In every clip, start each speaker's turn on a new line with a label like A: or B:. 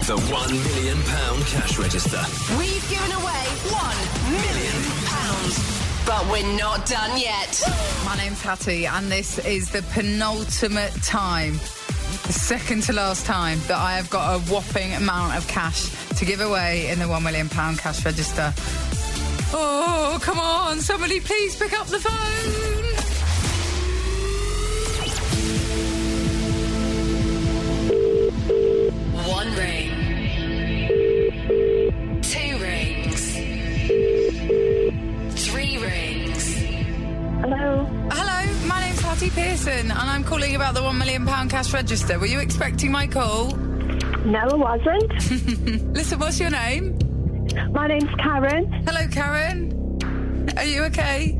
A: The one million pound cash register.
B: We've given away one million pounds, but we're not done yet.
C: My name's Hattie, and this is the penultimate time, the second to last time, that I have got a whopping amount of cash to give away in the £1 million cash register. Oh, come on, somebody please pick up the phone.
B: One ring, two rings, three rings.
D: Hello.
C: Hello, my name's Hattie Pearson, and I'm calling about the £1 million cash register. Were you expecting my call?
D: No, I wasn't.
C: Listen, what's your name?
D: My name's Karen.
C: Hello, Karen. Are you okay?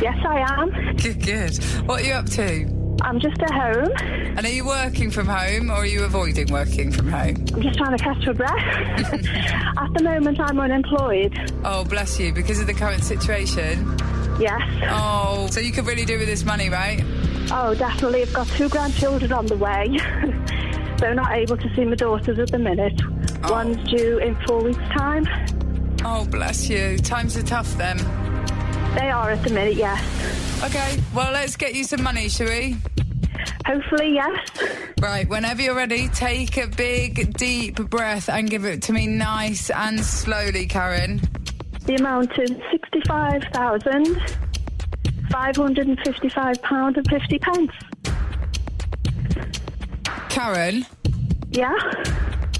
D: Yes, I am.
C: Good, good. What are you up to?
D: I'm just at home.
C: And are you working from home or are you avoiding working from home?
D: I'm just trying to catch my breath. at the moment, I'm unemployed.
C: Oh, bless you, because of the current situation.
D: Yes.
C: Oh, so you could really do with this money, right?
D: Oh, definitely. I've got two grandchildren on the way. They're not able to see my daughters at the minute. One's due in four weeks' time.
C: Oh, bless you. Times are tough then.
D: They are at the minute, yes.
C: Okay, well, let's get you some money, shall we?
D: Hopefully, yes.
C: Right, whenever you're ready, take a big, deep breath and give it to me nice and slowly, Karen.
D: The amount is £65,555 and 50 pence.
C: Karen?
D: Yeah?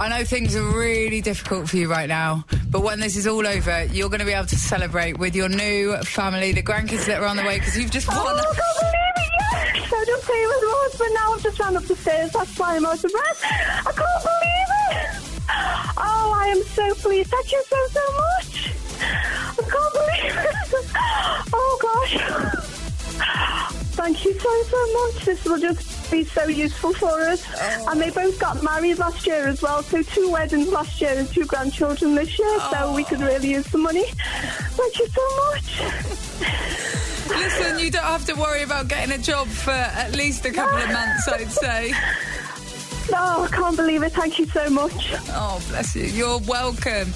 C: I know things are really difficult for you right now, but when this is all over, you're going to be able to celebrate with your new family, the grandkids that are on the way, because you've just won.
D: Oh, I can't believe it, yes! I don't play with words, but now I've just ran up the stairs. That's why I'm out of breath. I can't believe it! Oh, I am so pleased. Thank you so, so much. I can't believe it. Oh, gosh. Thank you so, so much. This will just be so useful for us. And they both got married last year as well, so two weddings last year and two grandchildren this year, so we could really use the money. Thank you so much.
C: Listen, you don't have to worry about getting a job for at least a couple of months, I'd say.
D: Oh, I can't believe it. Thank you so much.
C: Oh, bless you. You're welcome.